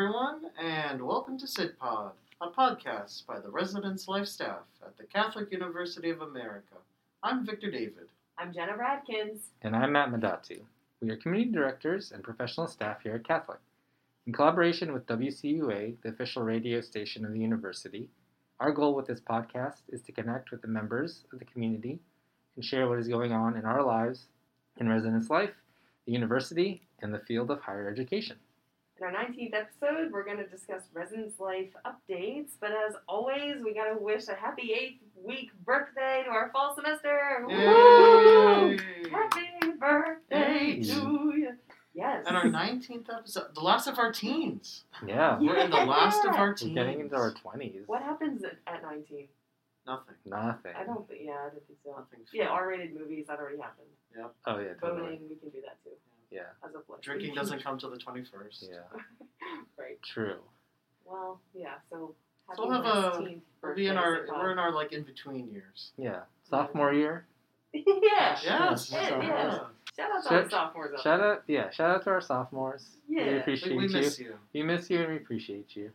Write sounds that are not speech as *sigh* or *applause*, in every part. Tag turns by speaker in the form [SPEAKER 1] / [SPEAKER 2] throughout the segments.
[SPEAKER 1] everyone, and welcome to SIDPOD, a podcast by the Residence Life staff at the Catholic University of America. I'm Victor David.
[SPEAKER 2] I'm Jenna Radkins.
[SPEAKER 3] And I'm Matt Madatu. We are community directors and professional staff here at Catholic. In collaboration with WCUA, the official radio station of the university, our goal with this podcast is to connect with the members of the community and share what is going on in our lives, in residence life, the university, and the field of higher education.
[SPEAKER 2] In our 19th episode, we're going to discuss residence life updates. But as always, we got to wish a happy eighth week birthday to our fall semester. Woo!
[SPEAKER 1] Yay!
[SPEAKER 2] Happy birthday
[SPEAKER 1] Yay.
[SPEAKER 2] to you. Yes.
[SPEAKER 1] And our 19th episode, the last of our teens.
[SPEAKER 3] Yeah,
[SPEAKER 1] We're in the last of our teens.
[SPEAKER 3] we're getting into our 20s.
[SPEAKER 2] What happens at, at 19?
[SPEAKER 1] Nothing.
[SPEAKER 3] Nothing.
[SPEAKER 2] I don't think, yeah, I don't think so.
[SPEAKER 1] Nothing.
[SPEAKER 2] Yeah, R rated movies, that already happened.
[SPEAKER 3] Oh, yeah, totally.
[SPEAKER 2] Voting, we can do that too.
[SPEAKER 3] Yeah,
[SPEAKER 2] As a flex.
[SPEAKER 1] Drinking doesn't come till the 21st.
[SPEAKER 3] yeah,
[SPEAKER 2] *laughs* right.
[SPEAKER 3] true.
[SPEAKER 2] Well, yeah, so. Happy
[SPEAKER 1] So we'll have a-
[SPEAKER 2] 19th
[SPEAKER 1] We'll be in
[SPEAKER 2] birthday,
[SPEAKER 1] our,
[SPEAKER 2] Zipod.
[SPEAKER 1] we're in our like in between years.
[SPEAKER 3] Yeah, sophomore year.
[SPEAKER 2] *laughs* yeah.
[SPEAKER 1] Yes.
[SPEAKER 3] Yeah,
[SPEAKER 1] so,
[SPEAKER 2] yeah. Shout out to
[SPEAKER 3] Shout-
[SPEAKER 2] our sophomores. out
[SPEAKER 3] Shout out, yeah, shout out to our sophomores.
[SPEAKER 2] Yeah.
[SPEAKER 3] we
[SPEAKER 2] We-
[SPEAKER 1] yeah. We,
[SPEAKER 3] appreciate
[SPEAKER 1] we
[SPEAKER 3] you.
[SPEAKER 1] miss you.
[SPEAKER 3] We miss you and we appreciate you.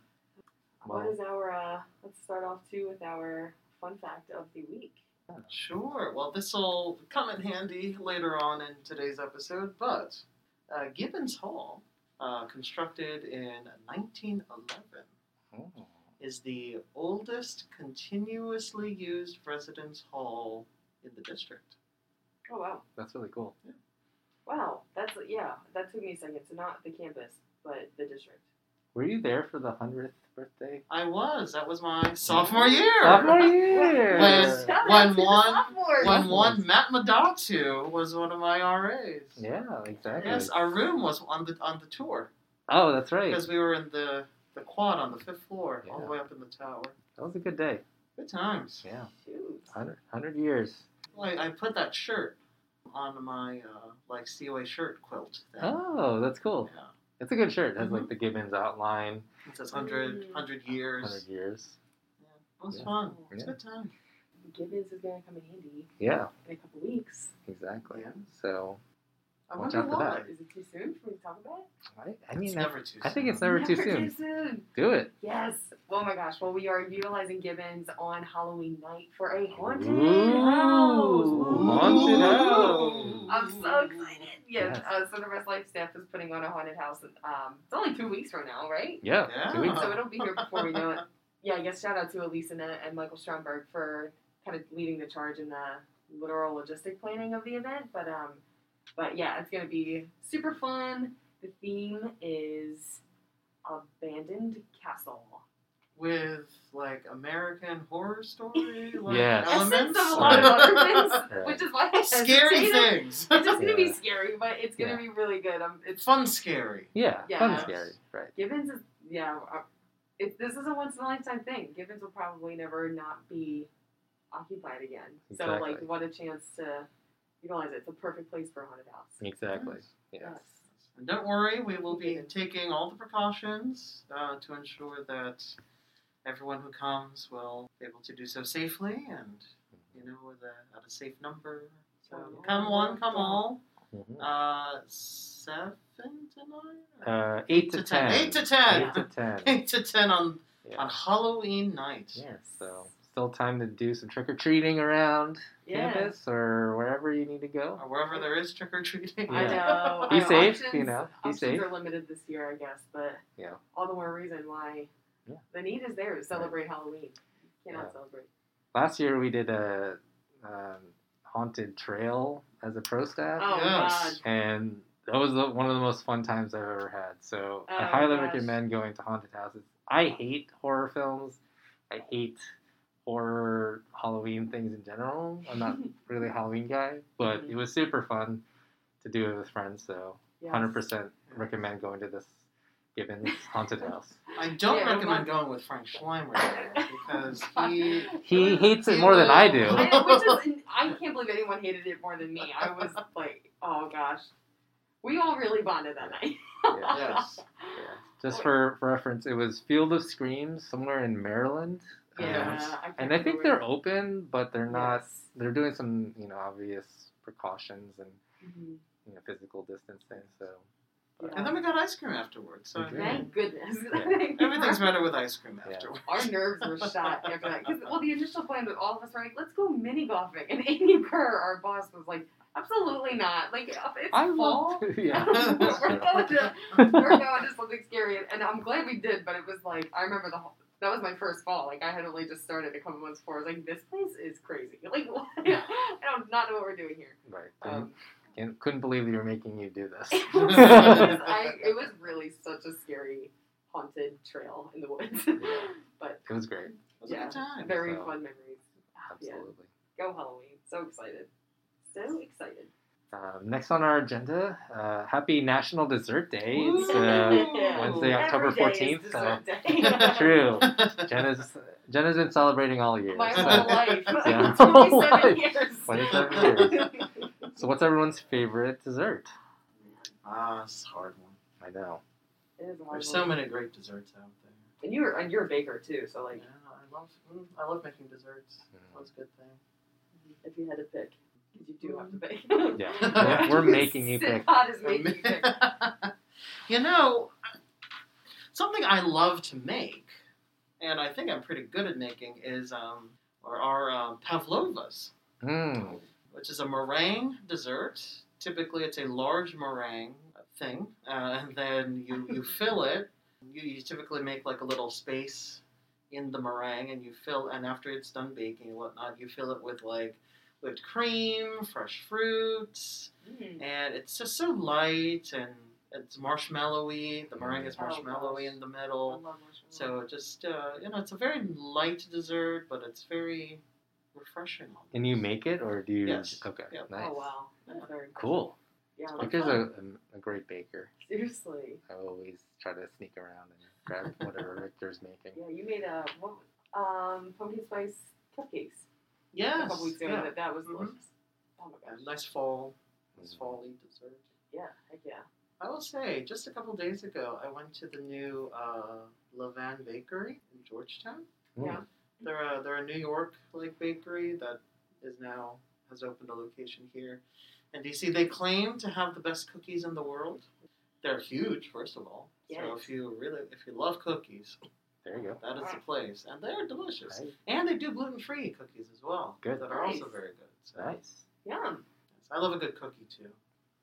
[SPEAKER 2] What is our, uh, let's start off too with our fun fact of the week.
[SPEAKER 1] Sure. Well, this will come in handy later on in today's episode, but uh, Gibbons Hall, uh, constructed in 1911,
[SPEAKER 3] Oh.
[SPEAKER 1] is the oldest continuously used residence hall in the district.
[SPEAKER 2] Oh, wow.
[SPEAKER 3] That's really cool.
[SPEAKER 2] Wow. That's, yeah, that took me a second. So not the campus, but the district.
[SPEAKER 3] Were you there for the hundredth birthday?
[SPEAKER 1] I was. That was my sophomore year.
[SPEAKER 3] Sophomore year.
[SPEAKER 1] Yes.
[SPEAKER 2] Shout out
[SPEAKER 1] One,
[SPEAKER 2] to the
[SPEAKER 1] one,
[SPEAKER 2] sophomores.
[SPEAKER 1] When one Matt Madatu was one of my RAs.
[SPEAKER 3] Yeah, exactly.
[SPEAKER 1] Yes, our room was on the on the tour
[SPEAKER 3] Oh, that's right.
[SPEAKER 1] because we were in the the quad on the fifth floor, all the
[SPEAKER 3] Yeah.
[SPEAKER 1] way up in the tower.
[SPEAKER 3] That was a good day.
[SPEAKER 1] Good times.
[SPEAKER 3] Yeah,
[SPEAKER 2] Shoot.
[SPEAKER 3] 100, 100 years.
[SPEAKER 1] Well, I, I put that shirt on my uh, like COA shirt quilt thing.
[SPEAKER 3] Oh, that's
[SPEAKER 1] Yeah.
[SPEAKER 3] cool. It's a good shirt. It has
[SPEAKER 1] Mhm.
[SPEAKER 3] like the Gibbons outline,
[SPEAKER 1] It says 100,
[SPEAKER 2] Mm.
[SPEAKER 1] 100 years.
[SPEAKER 3] 100 years.
[SPEAKER 1] Yeah. It was
[SPEAKER 3] Yeah.
[SPEAKER 1] fun. It was a
[SPEAKER 3] Yeah.
[SPEAKER 1] good time.
[SPEAKER 2] Gibbons is going to come in handy
[SPEAKER 3] Yeah,
[SPEAKER 2] in a couple weeks.
[SPEAKER 3] exactly.
[SPEAKER 1] Yeah.
[SPEAKER 3] So,
[SPEAKER 1] I
[SPEAKER 3] Watch
[SPEAKER 1] wonder
[SPEAKER 3] out for
[SPEAKER 1] why.
[SPEAKER 3] that.
[SPEAKER 2] Is it too soon for me to talk about it?
[SPEAKER 3] I, I mean,
[SPEAKER 1] It's
[SPEAKER 3] I-
[SPEAKER 1] never too
[SPEAKER 3] I think
[SPEAKER 1] soon.
[SPEAKER 3] it's never too soon. Do it.
[SPEAKER 2] Yes. Oh my gosh. Well, we are utilizing Gibbons on Halloween night for a haunted
[SPEAKER 3] Ooh.
[SPEAKER 2] house.
[SPEAKER 3] Haunted
[SPEAKER 1] house.
[SPEAKER 2] I'm so excited. Yeah.
[SPEAKER 3] Yes.
[SPEAKER 2] Uh, so the Rest Life staff is putting on a haunted house. Um, it's only two weeks from now, right?
[SPEAKER 3] Yeah.
[SPEAKER 1] Yeah.
[SPEAKER 3] Two weeks.
[SPEAKER 2] So it'll be here before we know it. *laughs* Yeah. I guess shout out to Elise and, and Michael Stromberg for kind of leading the charge in the literal logistic planning of the event. But um, but yeah, it's gonna be super fun. The theme is abandoned castle.
[SPEAKER 1] With like American horror story, like
[SPEAKER 3] Yes.
[SPEAKER 2] essence
[SPEAKER 1] elements,
[SPEAKER 2] of a lot of other things,
[SPEAKER 3] Right.
[SPEAKER 2] which is why I
[SPEAKER 1] *laughs* scary
[SPEAKER 2] hesitated.
[SPEAKER 1] things,
[SPEAKER 2] It's just gonna be
[SPEAKER 3] Yeah.
[SPEAKER 2] scary, but it's gonna
[SPEAKER 3] Yeah.
[SPEAKER 2] be really good. Um, it's
[SPEAKER 1] fun, scary.
[SPEAKER 3] Yeah.
[SPEAKER 2] Yeah.
[SPEAKER 3] Fun, scary. Right.
[SPEAKER 2] Gibbons is yeah. uh, It, this is a once in a lifetime thing. Gibbons will probably never not be occupied again. So
[SPEAKER 3] Exactly.
[SPEAKER 2] like, what a chance to utilize it. It's a perfect place for a haunted house.
[SPEAKER 3] Exactly. Yeah.
[SPEAKER 2] Yes.
[SPEAKER 1] And don't worry, we will be taking all the precautions uh, to ensure that everyone who comes will be able to do so safely and, you know, with a, at a safe number. So come one, come all.
[SPEAKER 3] Mhm.
[SPEAKER 1] Uh, seven to nine?
[SPEAKER 3] Uh, 8 to 10.
[SPEAKER 1] 8 to 10. *laughs*
[SPEAKER 3] 8 to 10.
[SPEAKER 1] 8 to 10 on, on
[SPEAKER 3] Yeah.
[SPEAKER 1] Halloween night.
[SPEAKER 3] yeah. So, still time to do some trick or treating around
[SPEAKER 2] Yeah.
[SPEAKER 3] campus or wherever you need to go.
[SPEAKER 1] Or Uh, wherever there is trick or treating.
[SPEAKER 2] I
[SPEAKER 3] Yeah. *laughs*
[SPEAKER 2] know.
[SPEAKER 3] Be
[SPEAKER 2] I know.
[SPEAKER 3] safe,
[SPEAKER 2] Options,
[SPEAKER 3] you know. Be
[SPEAKER 2] options
[SPEAKER 3] safe.
[SPEAKER 2] are limited this year, I guess, but
[SPEAKER 3] Yeah.
[SPEAKER 2] all the more reason why
[SPEAKER 3] Yeah.
[SPEAKER 2] the need is there to celebrate Halloween. You cannot
[SPEAKER 3] Yeah.
[SPEAKER 2] celebrate.
[SPEAKER 3] Last year we did a um, haunted trail as a pro staff,
[SPEAKER 2] Oh
[SPEAKER 1] Yes.
[SPEAKER 2] god.
[SPEAKER 3] and that was the, one of the most fun times I've ever had. So I
[SPEAKER 2] Oh,
[SPEAKER 3] highly
[SPEAKER 2] gosh.
[SPEAKER 3] recommend going to haunted houses. I hate horror films. I hate horror Halloween things in general.
[SPEAKER 2] *laughs*
[SPEAKER 3] I'm not really a Halloween guy, but
[SPEAKER 2] Mhm.
[SPEAKER 3] it was super fun to do it with friends. So
[SPEAKER 2] Yes.
[SPEAKER 3] 100% recommend going to this
[SPEAKER 2] *laughs*
[SPEAKER 3] Gibbons haunted house.
[SPEAKER 1] I don't
[SPEAKER 2] Yeah, don't
[SPEAKER 1] recommend
[SPEAKER 2] mind.
[SPEAKER 1] going with Frank Schleimer though, because he.
[SPEAKER 3] *laughs* He hates it more than I do.
[SPEAKER 2] I,
[SPEAKER 3] *laughs*
[SPEAKER 2] which is, I can't believe anyone hated it more than me. I was like, oh gosh, we all really bonded that night.
[SPEAKER 3] Yeah.
[SPEAKER 1] Yes.
[SPEAKER 3] Yeah. Just for, for reference, it was Field of Screams somewhere in Maryland.
[SPEAKER 2] *laughs*
[SPEAKER 3] Um,
[SPEAKER 2] Yeah,
[SPEAKER 1] Yes.
[SPEAKER 2] can't
[SPEAKER 3] and I think
[SPEAKER 2] remember
[SPEAKER 3] they're
[SPEAKER 2] where-
[SPEAKER 3] open, but they're not.
[SPEAKER 2] Yes.
[SPEAKER 3] They're doing some, you know, obvious precautions and
[SPEAKER 2] Mhm.
[SPEAKER 3] you know physical distancing. So
[SPEAKER 1] And
[SPEAKER 2] Yeah.
[SPEAKER 1] then we got ice cream afterwards. So
[SPEAKER 3] We did.
[SPEAKER 2] Thank goodness. *laughs*
[SPEAKER 3] Yeah.
[SPEAKER 2] Thank
[SPEAKER 1] Nothing's better with ice cream
[SPEAKER 3] Yeah.
[SPEAKER 1] afterwards.
[SPEAKER 2] Our nerves were shot after that. 'Cause, well, the initial plan that all of us were like, let's go mini golfing. And Amy *laughs* Kerr, our boss, was like, absolutely not. Like, it's
[SPEAKER 3] I
[SPEAKER 2] fall.
[SPEAKER 3] will.
[SPEAKER 2] *laughs*
[SPEAKER 3] yeah.
[SPEAKER 1] That's
[SPEAKER 2] we're,
[SPEAKER 1] true.
[SPEAKER 2] going to, we're going to something scary. And, and I'm glad we did, but it was like, I remember the whole. That was my first fall. Like I had only just started a couple months before. I was like, "This place is crazy. *laughs* Like, what? I don't not know what we're doing here."
[SPEAKER 3] *laughs* Right. *laughs*
[SPEAKER 2] Um, *laughs*
[SPEAKER 3] Can't- couldn't believe they were making you do this.
[SPEAKER 2] it, was, I, it was really such a scary haunted trail in the woods,
[SPEAKER 3] Yeah.
[SPEAKER 2] but
[SPEAKER 3] *laughs* It was great.
[SPEAKER 1] It was a
[SPEAKER 2] Yeah.
[SPEAKER 1] good
[SPEAKER 2] *laughs*
[SPEAKER 1] time. *laughs*
[SPEAKER 2] very
[SPEAKER 3] So-
[SPEAKER 2] fun memories. Ah, yeah.
[SPEAKER 3] Absolutely.
[SPEAKER 2] Go Halloween. So excited. So excited.
[SPEAKER 3] Um, next on our agenda, uh, happy National Dessert Day. It's uh,
[SPEAKER 1] Woo!
[SPEAKER 3] Wednesday, October
[SPEAKER 2] Every day is
[SPEAKER 3] 14th,
[SPEAKER 2] dessert *laughs*
[SPEAKER 1] so-
[SPEAKER 2] day.
[SPEAKER 3] *laughs* uh, true. Jenna's Jenna's been celebrating all year. *laughs*
[SPEAKER 2] My
[SPEAKER 3] so-
[SPEAKER 2] whole life. *laughs*
[SPEAKER 3] Yeah.
[SPEAKER 2] It's only
[SPEAKER 3] Whole
[SPEAKER 2] seven
[SPEAKER 3] life.
[SPEAKER 2] years. *laughs*
[SPEAKER 3] 27 years. So what's everyone's favorite dessert?
[SPEAKER 1] Ah, it's a hard one.
[SPEAKER 3] I know.
[SPEAKER 2] It is a hard
[SPEAKER 1] There's so
[SPEAKER 2] one.
[SPEAKER 1] many great desserts out there.
[SPEAKER 2] And you're and you're a baker too, so like
[SPEAKER 1] yeah, I love mm, I love making desserts.
[SPEAKER 3] Mm.
[SPEAKER 1] That's a good thing.
[SPEAKER 2] if you had to pick, 'cause you do have to pick. *laughs*
[SPEAKER 3] *laughs* Yeah. We're- We're making you pick.
[SPEAKER 2] Pot is making you *laughs* pick.
[SPEAKER 1] *laughs* you know, something I love to make, and I think I'm pretty good at making is um or are um, pavlovas,
[SPEAKER 3] Mm.
[SPEAKER 1] which is a meringue dessert. Typically, it's a large meringue thing, uh, and then you
[SPEAKER 2] *laughs*
[SPEAKER 1] you fill it. You, you typically make like a little space in the meringue, and you fill. And after it's done baking and whatnot, you fill it with like whipped cream, fresh fruits,
[SPEAKER 2] Mm.
[SPEAKER 1] and it's just so light and it's marshmallowy. The meringue is
[SPEAKER 2] Oh,
[SPEAKER 1] marshmallowy
[SPEAKER 2] gosh.
[SPEAKER 1] in the
[SPEAKER 2] I
[SPEAKER 1] middle,
[SPEAKER 2] love marshmallow.
[SPEAKER 1] so it just uh, you know, it's a very light dessert, but it's very refreshing.
[SPEAKER 3] And you make it, or do you?
[SPEAKER 1] Yes.
[SPEAKER 3] Okay.
[SPEAKER 1] Yep.
[SPEAKER 3] Nice.
[SPEAKER 2] Oh wow. That's very impressive.
[SPEAKER 3] Cool.
[SPEAKER 2] Yeah.
[SPEAKER 1] Like-
[SPEAKER 3] Victor's a, um, a great baker.
[SPEAKER 2] *laughs* Seriously.
[SPEAKER 3] I always try to sneak around and grab
[SPEAKER 2] *laughs*
[SPEAKER 3] whatever Victor's making.
[SPEAKER 2] Yeah, you made a what, um pumpkin spice cupcakes a
[SPEAKER 1] Yes,
[SPEAKER 2] couple weeks ago.
[SPEAKER 1] yeah.
[SPEAKER 2] That, that was
[SPEAKER 1] Mhm.
[SPEAKER 2] delicious. Oh my gosh.
[SPEAKER 1] A nice fall, nice fall-y dessert.
[SPEAKER 2] Yeah. Heck yeah.
[SPEAKER 1] I will say, just a couple days ago, I went to the new uh, Levan Bakery in Georgetown.
[SPEAKER 3] Mm.
[SPEAKER 1] They're a, they're a New York like bakery that is now has opened a location here in DC. They claim to have the best cookies in the world. They're huge, first of all. So
[SPEAKER 2] Yes. Ah.
[SPEAKER 1] if you really if you love cookies,
[SPEAKER 3] There you go.
[SPEAKER 1] that is the place, and they're delicious.
[SPEAKER 3] Nice.
[SPEAKER 1] And they do gluten free cookies as well.
[SPEAKER 3] Good.
[SPEAKER 1] That are also
[SPEAKER 2] Nice.
[SPEAKER 1] very good. So
[SPEAKER 3] Nice.
[SPEAKER 2] Yum.
[SPEAKER 1] yes, I love a good cookie too.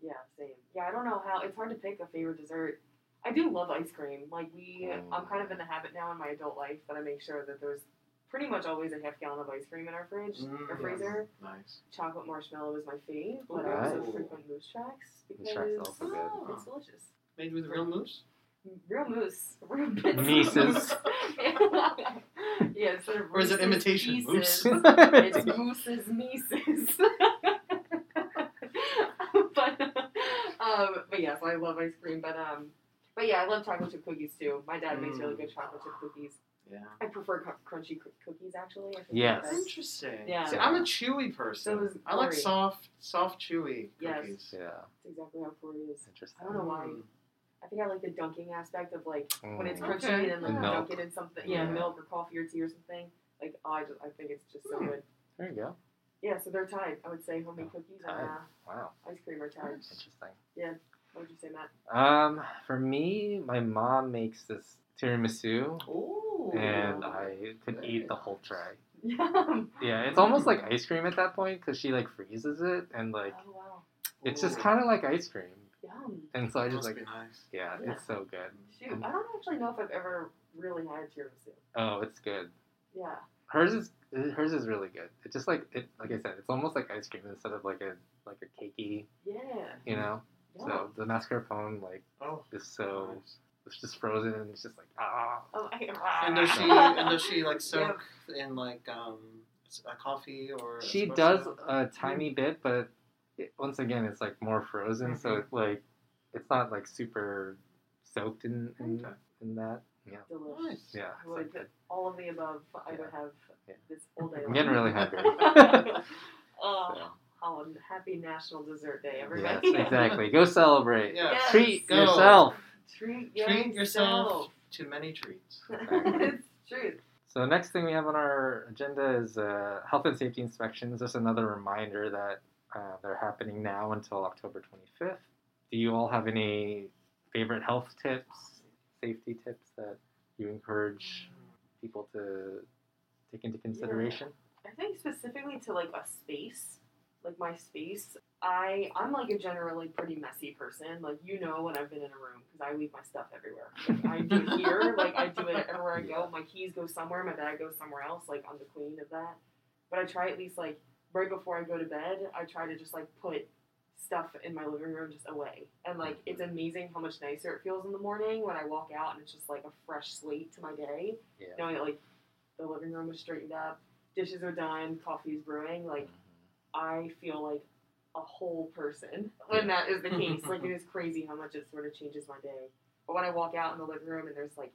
[SPEAKER 2] Yeah, same. Yeah, I don't know how it's hard to pick a favorite dessert. I do love ice cream. Like we, I'm
[SPEAKER 1] Mm.
[SPEAKER 2] kind of in the habit now in my adult life that I make sure that there's pretty much always a half gallon of ice cream in our fridge or
[SPEAKER 1] Mm,
[SPEAKER 2] freezer.
[SPEAKER 1] Nice.
[SPEAKER 2] Chocolate marshmallow is my fave, but
[SPEAKER 1] Ooh.
[SPEAKER 2] I also
[SPEAKER 1] Nice.
[SPEAKER 2] frequent moose tracks because oh,
[SPEAKER 3] Moose Tracks also good.
[SPEAKER 2] it's delicious.
[SPEAKER 1] Made with real mousse.
[SPEAKER 2] Real moose, *laughs* real bits of
[SPEAKER 3] Mises.
[SPEAKER 2] moose. *laughs* yeah, instead of
[SPEAKER 1] Or is it
[SPEAKER 2] Reese's
[SPEAKER 1] imitation
[SPEAKER 2] Pieces,
[SPEAKER 1] moose?
[SPEAKER 3] *laughs*
[SPEAKER 2] it's Moose's Mises. *laughs* but um, but yes, I love ice cream. But um, but yeah, I love chocolate chip cookies too. My dad makes really
[SPEAKER 1] Mm.
[SPEAKER 2] good chocolate chip cookies.
[SPEAKER 1] Yeah.
[SPEAKER 2] I prefer cr- crunchy cr- cookies actually. I think they're
[SPEAKER 3] Yes.
[SPEAKER 2] best.
[SPEAKER 1] Interesting.
[SPEAKER 2] Yeah.
[SPEAKER 1] See, I'm a chewy person.
[SPEAKER 2] So is
[SPEAKER 1] I like
[SPEAKER 2] Cory.
[SPEAKER 1] soft, soft, chewy
[SPEAKER 2] Yes.
[SPEAKER 1] cookies.
[SPEAKER 3] Yeah.
[SPEAKER 2] that's exactly how Corey is.
[SPEAKER 3] Interesting.
[SPEAKER 2] I don't know why.
[SPEAKER 1] Mm.
[SPEAKER 2] I think I like the dunking aspect of like when it's
[SPEAKER 3] Mm.
[SPEAKER 2] crunchy
[SPEAKER 1] Okay.
[SPEAKER 2] and then like
[SPEAKER 3] And milk.
[SPEAKER 2] dunk it in something. Yeah,
[SPEAKER 3] Yeah.
[SPEAKER 2] milk or coffee or tea or something. Like oh, I just I think it's just so
[SPEAKER 1] Hmm.
[SPEAKER 2] good.
[SPEAKER 3] There you go.
[SPEAKER 2] Yeah, so they're tied. I would say homemade
[SPEAKER 3] Oh,
[SPEAKER 2] cookies and
[SPEAKER 3] tied.
[SPEAKER 2] uh,
[SPEAKER 3] Wow.
[SPEAKER 2] ice cream are tied.
[SPEAKER 3] Interesting.
[SPEAKER 2] What would you say, Matt? *laughs*
[SPEAKER 3] Um, for me, my mom makes this tiramisu,
[SPEAKER 1] Mm. Ooh.
[SPEAKER 3] and I could eat the whole tray.
[SPEAKER 2] Yum.
[SPEAKER 3] Yeah, it's almost like ice cream at that point because she like freezes it, and like
[SPEAKER 2] oh wow.
[SPEAKER 3] it's just kind of like ice cream.
[SPEAKER 2] Yum.
[SPEAKER 3] And so I just
[SPEAKER 1] Must
[SPEAKER 3] like,
[SPEAKER 1] be nice.
[SPEAKER 3] yeah,
[SPEAKER 2] Yeah.
[SPEAKER 3] it's so good.
[SPEAKER 2] Shoot, I don't actually know if I've ever really had tiramisu.
[SPEAKER 3] Oh, it's good.
[SPEAKER 2] Yeah.
[SPEAKER 3] Hers is hers is really good. It just like it, like I said, it's almost like ice cream instead of like a like a cakey,
[SPEAKER 2] Yeah.
[SPEAKER 3] you know.
[SPEAKER 2] Yeah.
[SPEAKER 3] So the mascarpone like
[SPEAKER 1] Oh.
[SPEAKER 3] is so it's just frozen and it's just like ah.
[SPEAKER 2] Oh, I
[SPEAKER 1] And *laughs*
[SPEAKER 2] *laughs*
[SPEAKER 1] does she and does she like soak in like um a coffee or
[SPEAKER 3] She
[SPEAKER 1] espresso?
[SPEAKER 3] does a tiny bit, but it, once again, it's like more frozen, so
[SPEAKER 1] Mhm.
[SPEAKER 3] it's like it's not like super soaked in in,
[SPEAKER 1] Okay.
[SPEAKER 3] in that. Yeah,
[SPEAKER 2] Delicious.
[SPEAKER 1] Nice.
[SPEAKER 3] yeah.
[SPEAKER 2] I
[SPEAKER 3] It's
[SPEAKER 2] would
[SPEAKER 3] like good.
[SPEAKER 2] all of the above. I would have
[SPEAKER 3] Yeah.
[SPEAKER 2] this all day
[SPEAKER 3] I'm
[SPEAKER 2] long.
[SPEAKER 3] getting really hungry.
[SPEAKER 2] *laughs* oh,
[SPEAKER 3] So,
[SPEAKER 2] Holland, happy National Dessert Day,
[SPEAKER 3] yes,
[SPEAKER 2] everybody.
[SPEAKER 3] exactly. Go celebrate.
[SPEAKER 1] Yeah.
[SPEAKER 2] *laughs* Yes.
[SPEAKER 3] Treat
[SPEAKER 1] Go.
[SPEAKER 3] yourself.
[SPEAKER 2] Treat
[SPEAKER 1] Treat yourself to many treats.
[SPEAKER 2] *laughs* it's true.
[SPEAKER 3] So next thing we have on our agenda is uh, health and safety inspections. Just another reminder that uh, they're happening now until October 25th. Do you all have any favorite health tips, safety tips that you encourage people to take into consideration?
[SPEAKER 2] I think specifically to like a space, like my space. I I'm like a generally pretty messy person. Like you know when I've been in a room because I leave my stuff everywhere. Like, I do it here, like I do it everywhere I go. My keys go somewhere, my bag goes somewhere else. Like I'm the queen of that. But I try at least like right before I go to bed, I try to just like put stuff in my living room just away. And like it's amazing how much nicer it feels in the morning when I walk out and it's just like a fresh slate to my day.
[SPEAKER 3] Yeah.
[SPEAKER 2] Knowing that like the living room was straightened up, dishes are done, coffee's brewing, like
[SPEAKER 3] Mm-hmm.
[SPEAKER 2] I feel like a whole person when that
[SPEAKER 3] *laughs*
[SPEAKER 2] is the case. like it is crazy how much it sort of changes my day. But when I walk out in the living room and there's like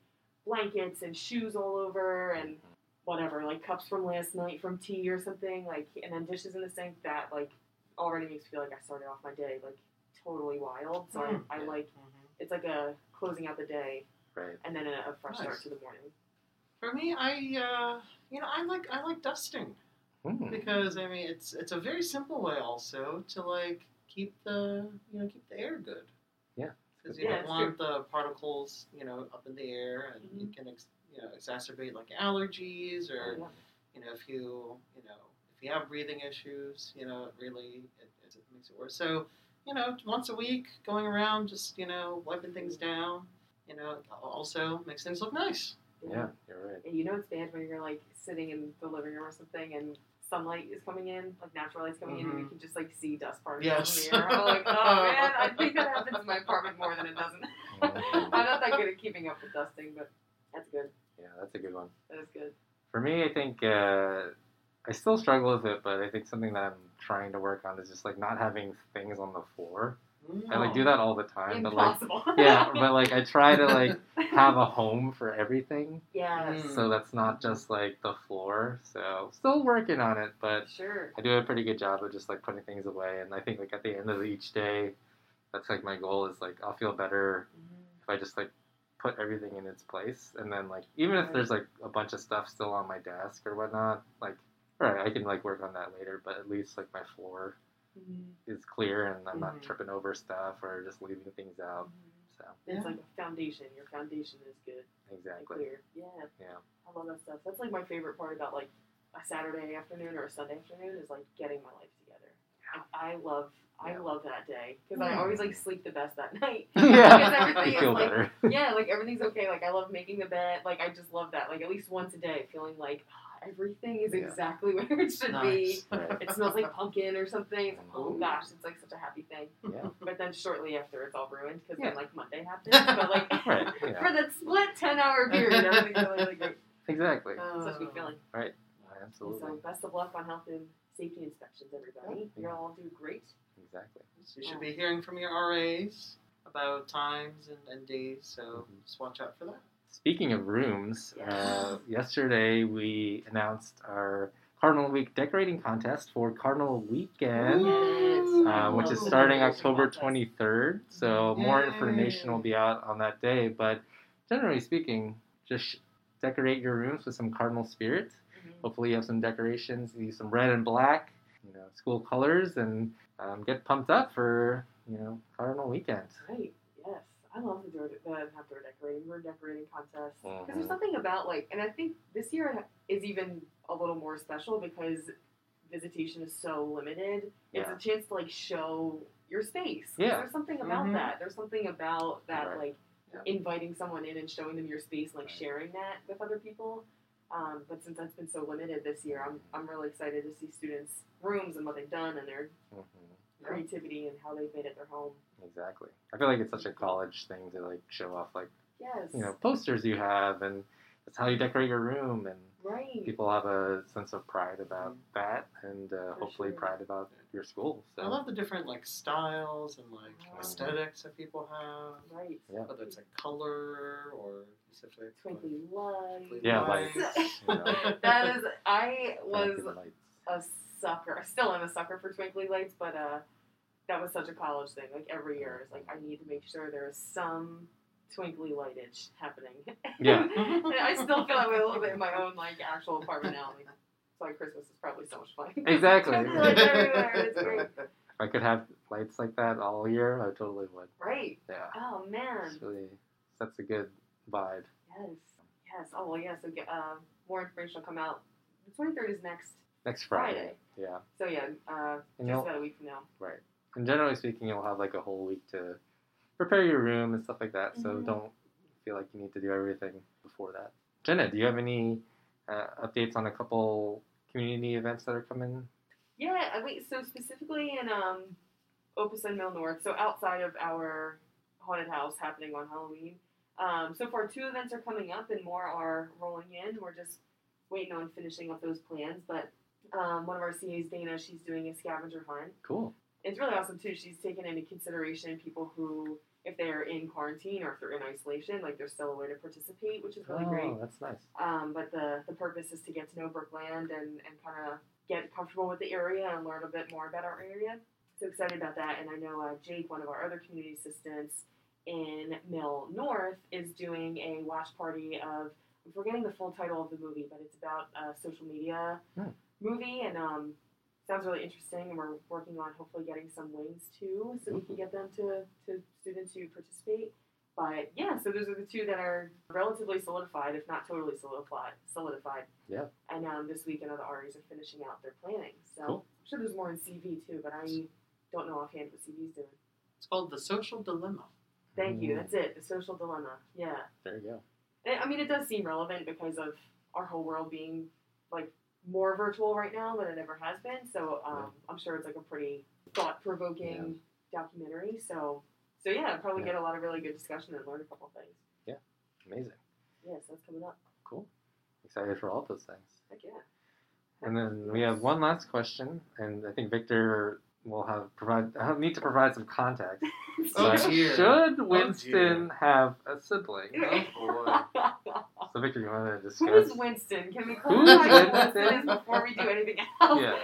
[SPEAKER 2] blankets and shoes all over and
[SPEAKER 3] Mm-hmm.
[SPEAKER 2] whatever, like cups from last night from tea or something, like and then dishes in the sink, that like already makes me feel like I started off my day like totally wild. So
[SPEAKER 1] Mm.
[SPEAKER 3] Hmm.
[SPEAKER 2] I, I like it's like a closing out the day
[SPEAKER 3] Right.
[SPEAKER 2] and then a, a fresh start
[SPEAKER 1] Nice.
[SPEAKER 2] to the morning.
[SPEAKER 1] For me, I uh, you know I like I like dusting
[SPEAKER 3] Hmm.
[SPEAKER 1] because I mean it's it's a very simple way also to like keep the you know keep the air good.
[SPEAKER 3] Yeah.
[SPEAKER 1] Because you
[SPEAKER 2] Yeah,
[SPEAKER 1] don't
[SPEAKER 2] it's
[SPEAKER 1] want the particles you know up in the air and
[SPEAKER 2] Mm-hmm.
[SPEAKER 1] it can ex- you know exacerbate like allergies or
[SPEAKER 2] Yeah.
[SPEAKER 1] you know, if you, you know, if you have breathing issues, you know, it really it, it makes it worse. So, you know, once a week, going around, just you know, wiping things down, you know, also makes things look nice.
[SPEAKER 3] Yeah, you're right.
[SPEAKER 2] And you know it's bad when you're like sitting in the living room or something and sunlight is coming in, like natural light's coming in, and you
[SPEAKER 3] Mm-hmm.
[SPEAKER 1] Mhm.
[SPEAKER 2] can just like see dust
[SPEAKER 1] Yes.
[SPEAKER 2] particles in the air. I'm like,
[SPEAKER 3] *laughs*
[SPEAKER 2] oh man, I think that happens in my apartment more than it doesn't. *laughs* I'm
[SPEAKER 3] Mhm.
[SPEAKER 2] not that good at keeping up with dusting, but that's good.
[SPEAKER 3] *laughs* yeah, that's a good one.
[SPEAKER 2] That is good.
[SPEAKER 3] For me, I think uh, I still struggle with it, but I think something that I'm trying to work on is just like not having things on the floor. I like do that all the time, but
[SPEAKER 2] Impossible. *laughs*
[SPEAKER 3] like *laughs* yeah, but like I try to like have a home for everything,
[SPEAKER 2] yes.
[SPEAKER 1] Mm.
[SPEAKER 3] so that's not just like the floor. So still working on it, but
[SPEAKER 2] Sure.
[SPEAKER 3] I do a pretty good job of just like putting things away. And I think like at the end of each day, that's like my goal is like I'll feel better if I just like put everything in its place and then like even if
[SPEAKER 2] Right.
[SPEAKER 3] there's like a bunch of stuff still on my desk or whatnot, like all right, I can like work on that later, but at least like my floor
[SPEAKER 2] Mhm.
[SPEAKER 3] is clear and I'm not
[SPEAKER 2] Mm-hmm.
[SPEAKER 1] Mhm.
[SPEAKER 3] tripping over stuff or just leaving things out. So
[SPEAKER 1] Yeah.
[SPEAKER 2] It's like a foundation. Your foundation is good. and
[SPEAKER 3] exactly.
[SPEAKER 2] clear. Yeah.
[SPEAKER 3] Yeah.
[SPEAKER 2] I love that stuff. That's like my favorite part about like a Saturday afternoon or a Sunday afternoon is like getting my life together. I I love I
[SPEAKER 3] Yeah.
[SPEAKER 2] love that day because I always like sleep the best that *laughs* night.
[SPEAKER 3] *laughs*
[SPEAKER 2] Because
[SPEAKER 3] Yeah.
[SPEAKER 2] everything
[SPEAKER 3] you
[SPEAKER 2] is,
[SPEAKER 3] feel
[SPEAKER 2] like-
[SPEAKER 3] better. *laughs*
[SPEAKER 2] yeah, like everything's okay. Like I love making the bed. Like I just love that. Like at least once a day, feeling like ah, everything is
[SPEAKER 3] Yeah.
[SPEAKER 2] exactly *laughs* where it should be.
[SPEAKER 1] nice.
[SPEAKER 3] Right.
[SPEAKER 2] It smells
[SPEAKER 1] *laughs*
[SPEAKER 2] like pumpkin or something. It's like, oh
[SPEAKER 1] Ooh.
[SPEAKER 2] gosh, it's like such a happy thing.
[SPEAKER 3] Yeah.
[SPEAKER 2] *laughs* But then shortly after, it's all ruined because
[SPEAKER 3] Yeah.
[SPEAKER 2] then like Monday happens. But like
[SPEAKER 3] Right. *laughs* Yeah.
[SPEAKER 2] for that split ten hour period,
[SPEAKER 3] *laughs*
[SPEAKER 2] everything's really, really great.
[SPEAKER 3] Exactly.
[SPEAKER 1] Uh,
[SPEAKER 2] Such
[SPEAKER 3] Oh.
[SPEAKER 2] a good feeling.
[SPEAKER 3] Absolutely.
[SPEAKER 2] So best of luck on health and safety inspections, everybody.
[SPEAKER 3] Yeah.
[SPEAKER 2] You'll all do great.
[SPEAKER 3] Exactly.
[SPEAKER 1] So you should be hearing from your RAs about times and, and days. So
[SPEAKER 3] Mhm.
[SPEAKER 1] just watch out for that.
[SPEAKER 3] Speaking of rooms, uh, yesterday we announced our Cardinal Week decorating contest for Cardinal Weekend,
[SPEAKER 1] Ooh. Oh,
[SPEAKER 3] uh, which is starting October 23rd. So more
[SPEAKER 1] Yay.
[SPEAKER 3] information will be out on that day. But generally speaking, just sh- decorate your rooms with some Cardinal spirit. Hopefully, you have some decorations, you some red and black, you know, school colors, and um, get pumped up for you know Cardinal Weekend.
[SPEAKER 2] Right. Yes. I love the door, the not door decorating, room decorating contest. Because
[SPEAKER 3] Mhm.
[SPEAKER 2] there's something about like, and I think this year is even a little more special because visitation is so limited.
[SPEAKER 3] Yeah.
[SPEAKER 2] It's a chance to like show your space. 'Cause
[SPEAKER 3] Yeah.
[SPEAKER 2] There's something about
[SPEAKER 1] Mhm.
[SPEAKER 2] that. There's something about that
[SPEAKER 3] Right.
[SPEAKER 2] like
[SPEAKER 1] Yeah.
[SPEAKER 2] inviting someone in and showing them your space, like
[SPEAKER 3] Right.
[SPEAKER 2] sharing that with other people. Um, but since that's been so limited this year, I'm I'm really excited to see students' rooms and what they've done and their
[SPEAKER 3] hmm
[SPEAKER 2] creativity and how they've made it their home.
[SPEAKER 3] Exactly. I feel like it's such a college thing to like show off like
[SPEAKER 2] Yes.
[SPEAKER 3] you know posters you have and that's how you decorate your room and
[SPEAKER 2] Right.
[SPEAKER 3] people have a sense of pride about that and uh,
[SPEAKER 2] For
[SPEAKER 3] hopefully
[SPEAKER 2] sure.
[SPEAKER 3] pride about your school.
[SPEAKER 1] I
[SPEAKER 3] So
[SPEAKER 1] love the different like styles and like
[SPEAKER 2] Mhm.
[SPEAKER 1] aesthetics that people have.
[SPEAKER 2] Right.
[SPEAKER 3] Yeah.
[SPEAKER 1] whether it's a color or specific.
[SPEAKER 2] Twinkly lights.
[SPEAKER 3] Yeah,
[SPEAKER 1] lights.
[SPEAKER 2] lights.
[SPEAKER 3] you know, kind
[SPEAKER 1] *laughs*
[SPEAKER 2] *laughs* That is, I
[SPEAKER 3] of
[SPEAKER 2] was
[SPEAKER 3] through the lights.
[SPEAKER 2] a sucker. I still am a sucker for twinkly lights, but uh, that was such a college thing. Like every year, it's like I need to make sure there is some twinkly lightage happening. *laughs*
[SPEAKER 3] Yeah.
[SPEAKER 2] And I still feel that way a little bit in my own like actual apartment now. Like, so like Christmas is probably so much fun. *laughs*
[SPEAKER 3] Exactly.
[SPEAKER 2] Twinkly lights everywhere. It's great.
[SPEAKER 3] If I could have lights like that all year, I totally would.
[SPEAKER 2] Right.
[SPEAKER 3] Yeah.
[SPEAKER 2] Oh
[SPEAKER 3] It's
[SPEAKER 2] man.
[SPEAKER 3] really sets a good vibe.
[SPEAKER 2] Yes. Yes. Oh well, yeah. So get, um, more information will come out. The twenty third is next.
[SPEAKER 3] next Friday.
[SPEAKER 2] Friday.
[SPEAKER 3] Yeah,
[SPEAKER 2] So yeah, uh,
[SPEAKER 3] and
[SPEAKER 2] just
[SPEAKER 3] you'll
[SPEAKER 2] about a week from now.
[SPEAKER 3] right. And generally speaking, you'll have like a whole week to prepare your room and stuff like that. So
[SPEAKER 2] Mhm.
[SPEAKER 3] don't feel like you need to do everything before that. Jenna, do you have any uh, updates on a couple community events that are coming?
[SPEAKER 2] Yeah, I wait, so specifically in um, Opus and Mill North, so outside of our haunted house happening on Halloween, um, so far two events are coming up and more are rolling in. We're just waiting on finishing up those plans, but um, one of our CAs, Dana, she's doing a scavenger hunt.
[SPEAKER 3] Cool.
[SPEAKER 2] It's really awesome too. She's taken into consideration people who, if they're in quarantine or if they're in isolation, like there's still a way to participate, which is really
[SPEAKER 3] oh,
[SPEAKER 2] great.
[SPEAKER 3] that's nice.
[SPEAKER 2] Um, but the, the purpose is to get to know Brookland and, and kind of get comfortable with the area and learn a bit more about our area. So excited about that. And I know uh, Jake, one of our other community assistants in Mill North, is doing a watch party of, I'm forgetting the full title of the movie, but it's about a social media
[SPEAKER 3] Hmm.
[SPEAKER 2] movie. And um, sounds really interesting. And we're working on hopefully getting some wings too, so we can get them to, to students who participate. But yeah, so those are the two that are relatively solidified, if not totally solidified. Solidified.
[SPEAKER 3] Yeah.
[SPEAKER 2] And um, this week, another REs are finishing out their planning. So
[SPEAKER 3] Cool.
[SPEAKER 2] I'm sure there's more in CV too, but I don't know offhand what CV's doing.
[SPEAKER 1] It's called The Social Dilemma.
[SPEAKER 2] Thank you.
[SPEAKER 3] Mm,
[SPEAKER 2] That's it. The social dilemma. Yeah.
[SPEAKER 3] There you go.
[SPEAKER 2] I I mean, it does seem relevant because of our whole world being like more virtual right now than it ever has been. So um,
[SPEAKER 3] Right.
[SPEAKER 2] I'm sure it's like a pretty thought provoking documentary. So so yeah, probably
[SPEAKER 3] Yeah.
[SPEAKER 2] get a lot of really good discussion and learn a couple things.
[SPEAKER 3] Amazing.
[SPEAKER 2] Yes, that's coming up.
[SPEAKER 3] Cool. Excited for all those things.
[SPEAKER 2] Heck yeah.
[SPEAKER 3] And then we have one last question, and I think Victor will have provide I'll need to provide
[SPEAKER 2] *laughs*
[SPEAKER 3] some context.
[SPEAKER 1] Oh,
[SPEAKER 3] Like,
[SPEAKER 1] dear.
[SPEAKER 3] Should
[SPEAKER 1] dear.
[SPEAKER 3] Winston have a sibling?
[SPEAKER 1] Oh, boy.
[SPEAKER 3] So Victor, you want to
[SPEAKER 2] Who is
[SPEAKER 3] discuss?
[SPEAKER 2] Winston? Can we
[SPEAKER 3] Who
[SPEAKER 1] is
[SPEAKER 2] clarify who
[SPEAKER 3] Winston?
[SPEAKER 2] Winston is before we do anything else?
[SPEAKER 3] *laughs* Yeah.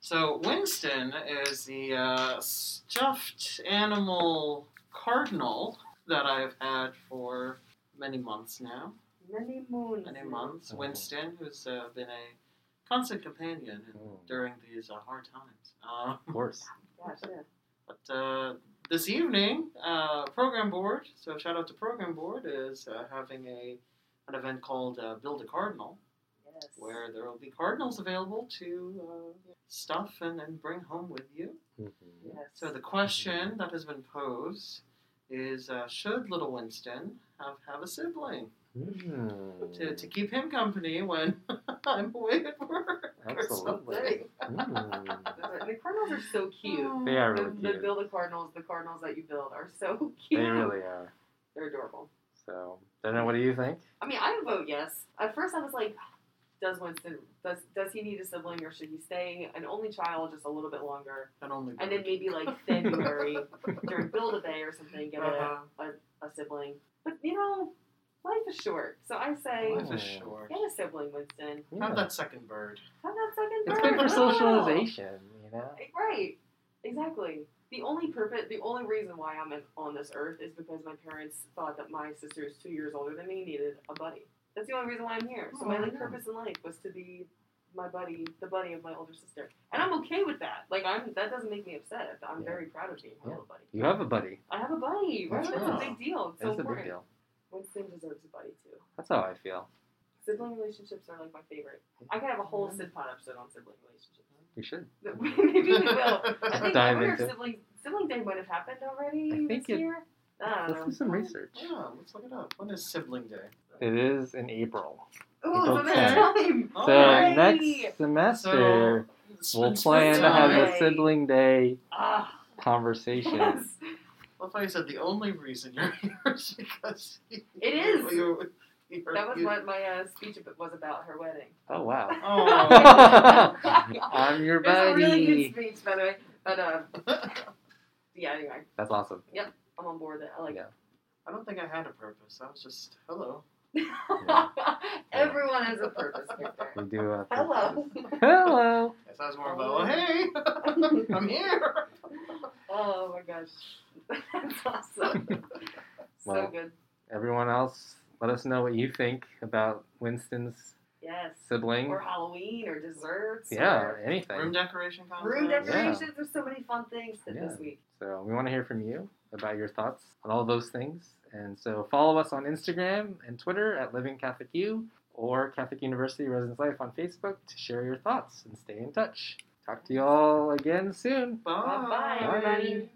[SPEAKER 1] So Winston is the uh, stuffed animal cardinal that I've had for many months now.
[SPEAKER 2] Many moons.
[SPEAKER 1] Many months.
[SPEAKER 3] Mhm.
[SPEAKER 1] Winston, who's uh, been a constant companion
[SPEAKER 3] Mm,
[SPEAKER 1] during these uh, hard times. Uh,
[SPEAKER 3] of course.
[SPEAKER 2] Gosh, yeah.
[SPEAKER 1] but uh, this evening, uh, program board. So shout out to program board is uh, having a an event called uh, Build a Cardinal,
[SPEAKER 2] Yes.
[SPEAKER 1] where there will be cardinals available to uh, stuff and then bring home with you.
[SPEAKER 3] Mhm.
[SPEAKER 2] Yes.
[SPEAKER 1] So the question that has been posed is: uh, Should little Winston have have a sibling to, to
[SPEAKER 3] Mm,
[SPEAKER 1] keep him company when *laughs* I'm away at work?
[SPEAKER 3] Absolutely.
[SPEAKER 1] something.
[SPEAKER 3] Mm.
[SPEAKER 2] the cardinals are so cute.
[SPEAKER 1] Oh.
[SPEAKER 3] They are
[SPEAKER 2] The,
[SPEAKER 3] really
[SPEAKER 2] the
[SPEAKER 3] cute.
[SPEAKER 2] build a cardinals, the cardinals that you build are so *laughs*
[SPEAKER 3] They
[SPEAKER 2] cute.
[SPEAKER 3] really are.
[SPEAKER 2] They're adorable.
[SPEAKER 3] So, Dana, what do you think?
[SPEAKER 2] I mean, I would vote yes. At first, I was like, does Winston does does he need a sibling or should he stay an only child just a little bit longer?
[SPEAKER 1] And only
[SPEAKER 2] And then maybe
[SPEAKER 3] *laughs*
[SPEAKER 2] like February during Build a Day or something, get a
[SPEAKER 1] uh,
[SPEAKER 2] a sibling. But you know, life is short. So I say
[SPEAKER 1] life is short.
[SPEAKER 2] get a sibling, Winston.
[SPEAKER 1] Have
[SPEAKER 3] Yeah.
[SPEAKER 1] that second bird.
[SPEAKER 2] Have that second
[SPEAKER 3] It's
[SPEAKER 2] bird.
[SPEAKER 3] good for
[SPEAKER 1] *laughs*
[SPEAKER 2] Wow.
[SPEAKER 3] socialization, you know?
[SPEAKER 2] Right. Exactly. The only purpose the only reason why I'm in, on this earth is because my parents thought that my sister is two years older than me needed a buddy. That's the only reason why I'm here. So my
[SPEAKER 1] Oh,
[SPEAKER 2] like
[SPEAKER 1] yeah.
[SPEAKER 2] purpose in life was to be my buddy, the buddy of my older sister. And I'm okay with that. Like I'm that doesn't make me upset. I'm
[SPEAKER 3] Yeah.
[SPEAKER 2] very proud of being my
[SPEAKER 3] Yeah.
[SPEAKER 2] little buddy.
[SPEAKER 3] You have a buddy.
[SPEAKER 2] I have a buddy, right?
[SPEAKER 3] That's
[SPEAKER 2] That's, a
[SPEAKER 1] right.
[SPEAKER 2] big deal. It's so
[SPEAKER 3] That's a
[SPEAKER 2] important.
[SPEAKER 3] big deal.
[SPEAKER 2] Winston deserves a buddy too.
[SPEAKER 3] That's how I feel.
[SPEAKER 2] Sibling relationships are like my favorite. I could have a whole
[SPEAKER 1] Mhm.
[SPEAKER 2] Sid Pod episode on sibling relationships. *laughs*
[SPEAKER 3] You should.
[SPEAKER 2] Maybe we will. I think I
[SPEAKER 3] Dive
[SPEAKER 2] wonder if
[SPEAKER 3] into-
[SPEAKER 2] sibling sibling day might have happened already
[SPEAKER 3] I think
[SPEAKER 2] this
[SPEAKER 3] it-
[SPEAKER 2] year. I don't
[SPEAKER 3] Let's
[SPEAKER 2] know.
[SPEAKER 3] do some research.
[SPEAKER 1] yeah, let's look it up. When is sibling day?
[SPEAKER 3] It is in April.
[SPEAKER 2] Ooh, so
[SPEAKER 3] Okay.
[SPEAKER 2] that's time.
[SPEAKER 3] So
[SPEAKER 1] Alright.
[SPEAKER 2] Yay!
[SPEAKER 3] next semester, we'll plan to have a
[SPEAKER 2] Yay.
[SPEAKER 3] sibling day
[SPEAKER 2] Ah,
[SPEAKER 3] conversation.
[SPEAKER 2] yes.
[SPEAKER 1] Well, I said the only reason you're *laughs* here is because it
[SPEAKER 2] is.
[SPEAKER 1] You're, you're,
[SPEAKER 2] That was
[SPEAKER 1] you-
[SPEAKER 2] what my uh, speech ab- was about her wedding.
[SPEAKER 3] Oh wow!
[SPEAKER 1] Oh.
[SPEAKER 3] *laughs* I'm your
[SPEAKER 2] It was a
[SPEAKER 3] buddy.
[SPEAKER 2] really good speech, by the way. But
[SPEAKER 3] *laughs*
[SPEAKER 2] uh, yeah, anyway,
[SPEAKER 3] That's awesome.
[SPEAKER 2] I'm on board with it. I like
[SPEAKER 3] Yeah.
[SPEAKER 1] I don't think I had a purpose. I was just hello.
[SPEAKER 2] it.
[SPEAKER 3] Yeah.
[SPEAKER 2] *laughs* Everyone has a purpose, Victor.
[SPEAKER 3] *laughs* We do. Have
[SPEAKER 2] Hello.
[SPEAKER 3] Hello.
[SPEAKER 1] Yes, I was more about oh, hey, I'm here.
[SPEAKER 2] *laughs* Oh my gosh, *laughs* that's
[SPEAKER 3] *laughs*
[SPEAKER 2] awesome.
[SPEAKER 3] Well.
[SPEAKER 2] so good.
[SPEAKER 3] Everyone else, let us know what you think about Winston's
[SPEAKER 2] Yes.
[SPEAKER 3] sibling.
[SPEAKER 2] Or Halloween or desserts.
[SPEAKER 3] Yeah,
[SPEAKER 2] Or
[SPEAKER 1] Room
[SPEAKER 3] anything.
[SPEAKER 1] decoration contest.
[SPEAKER 2] room
[SPEAKER 3] Yeah.
[SPEAKER 2] decorations. There's so many fun things that this
[SPEAKER 3] Yeah.
[SPEAKER 2] week.
[SPEAKER 3] So we want to hear from you about your thoughts on all those things, And so follow us on Instagram and Twitter at Living Catholic U or Catholic University Residence Life on Facebook to share your thoughts and stay in touch. Talk to you all again soon.
[SPEAKER 1] Bye.
[SPEAKER 2] Bye,
[SPEAKER 3] Bye.
[SPEAKER 2] everybody.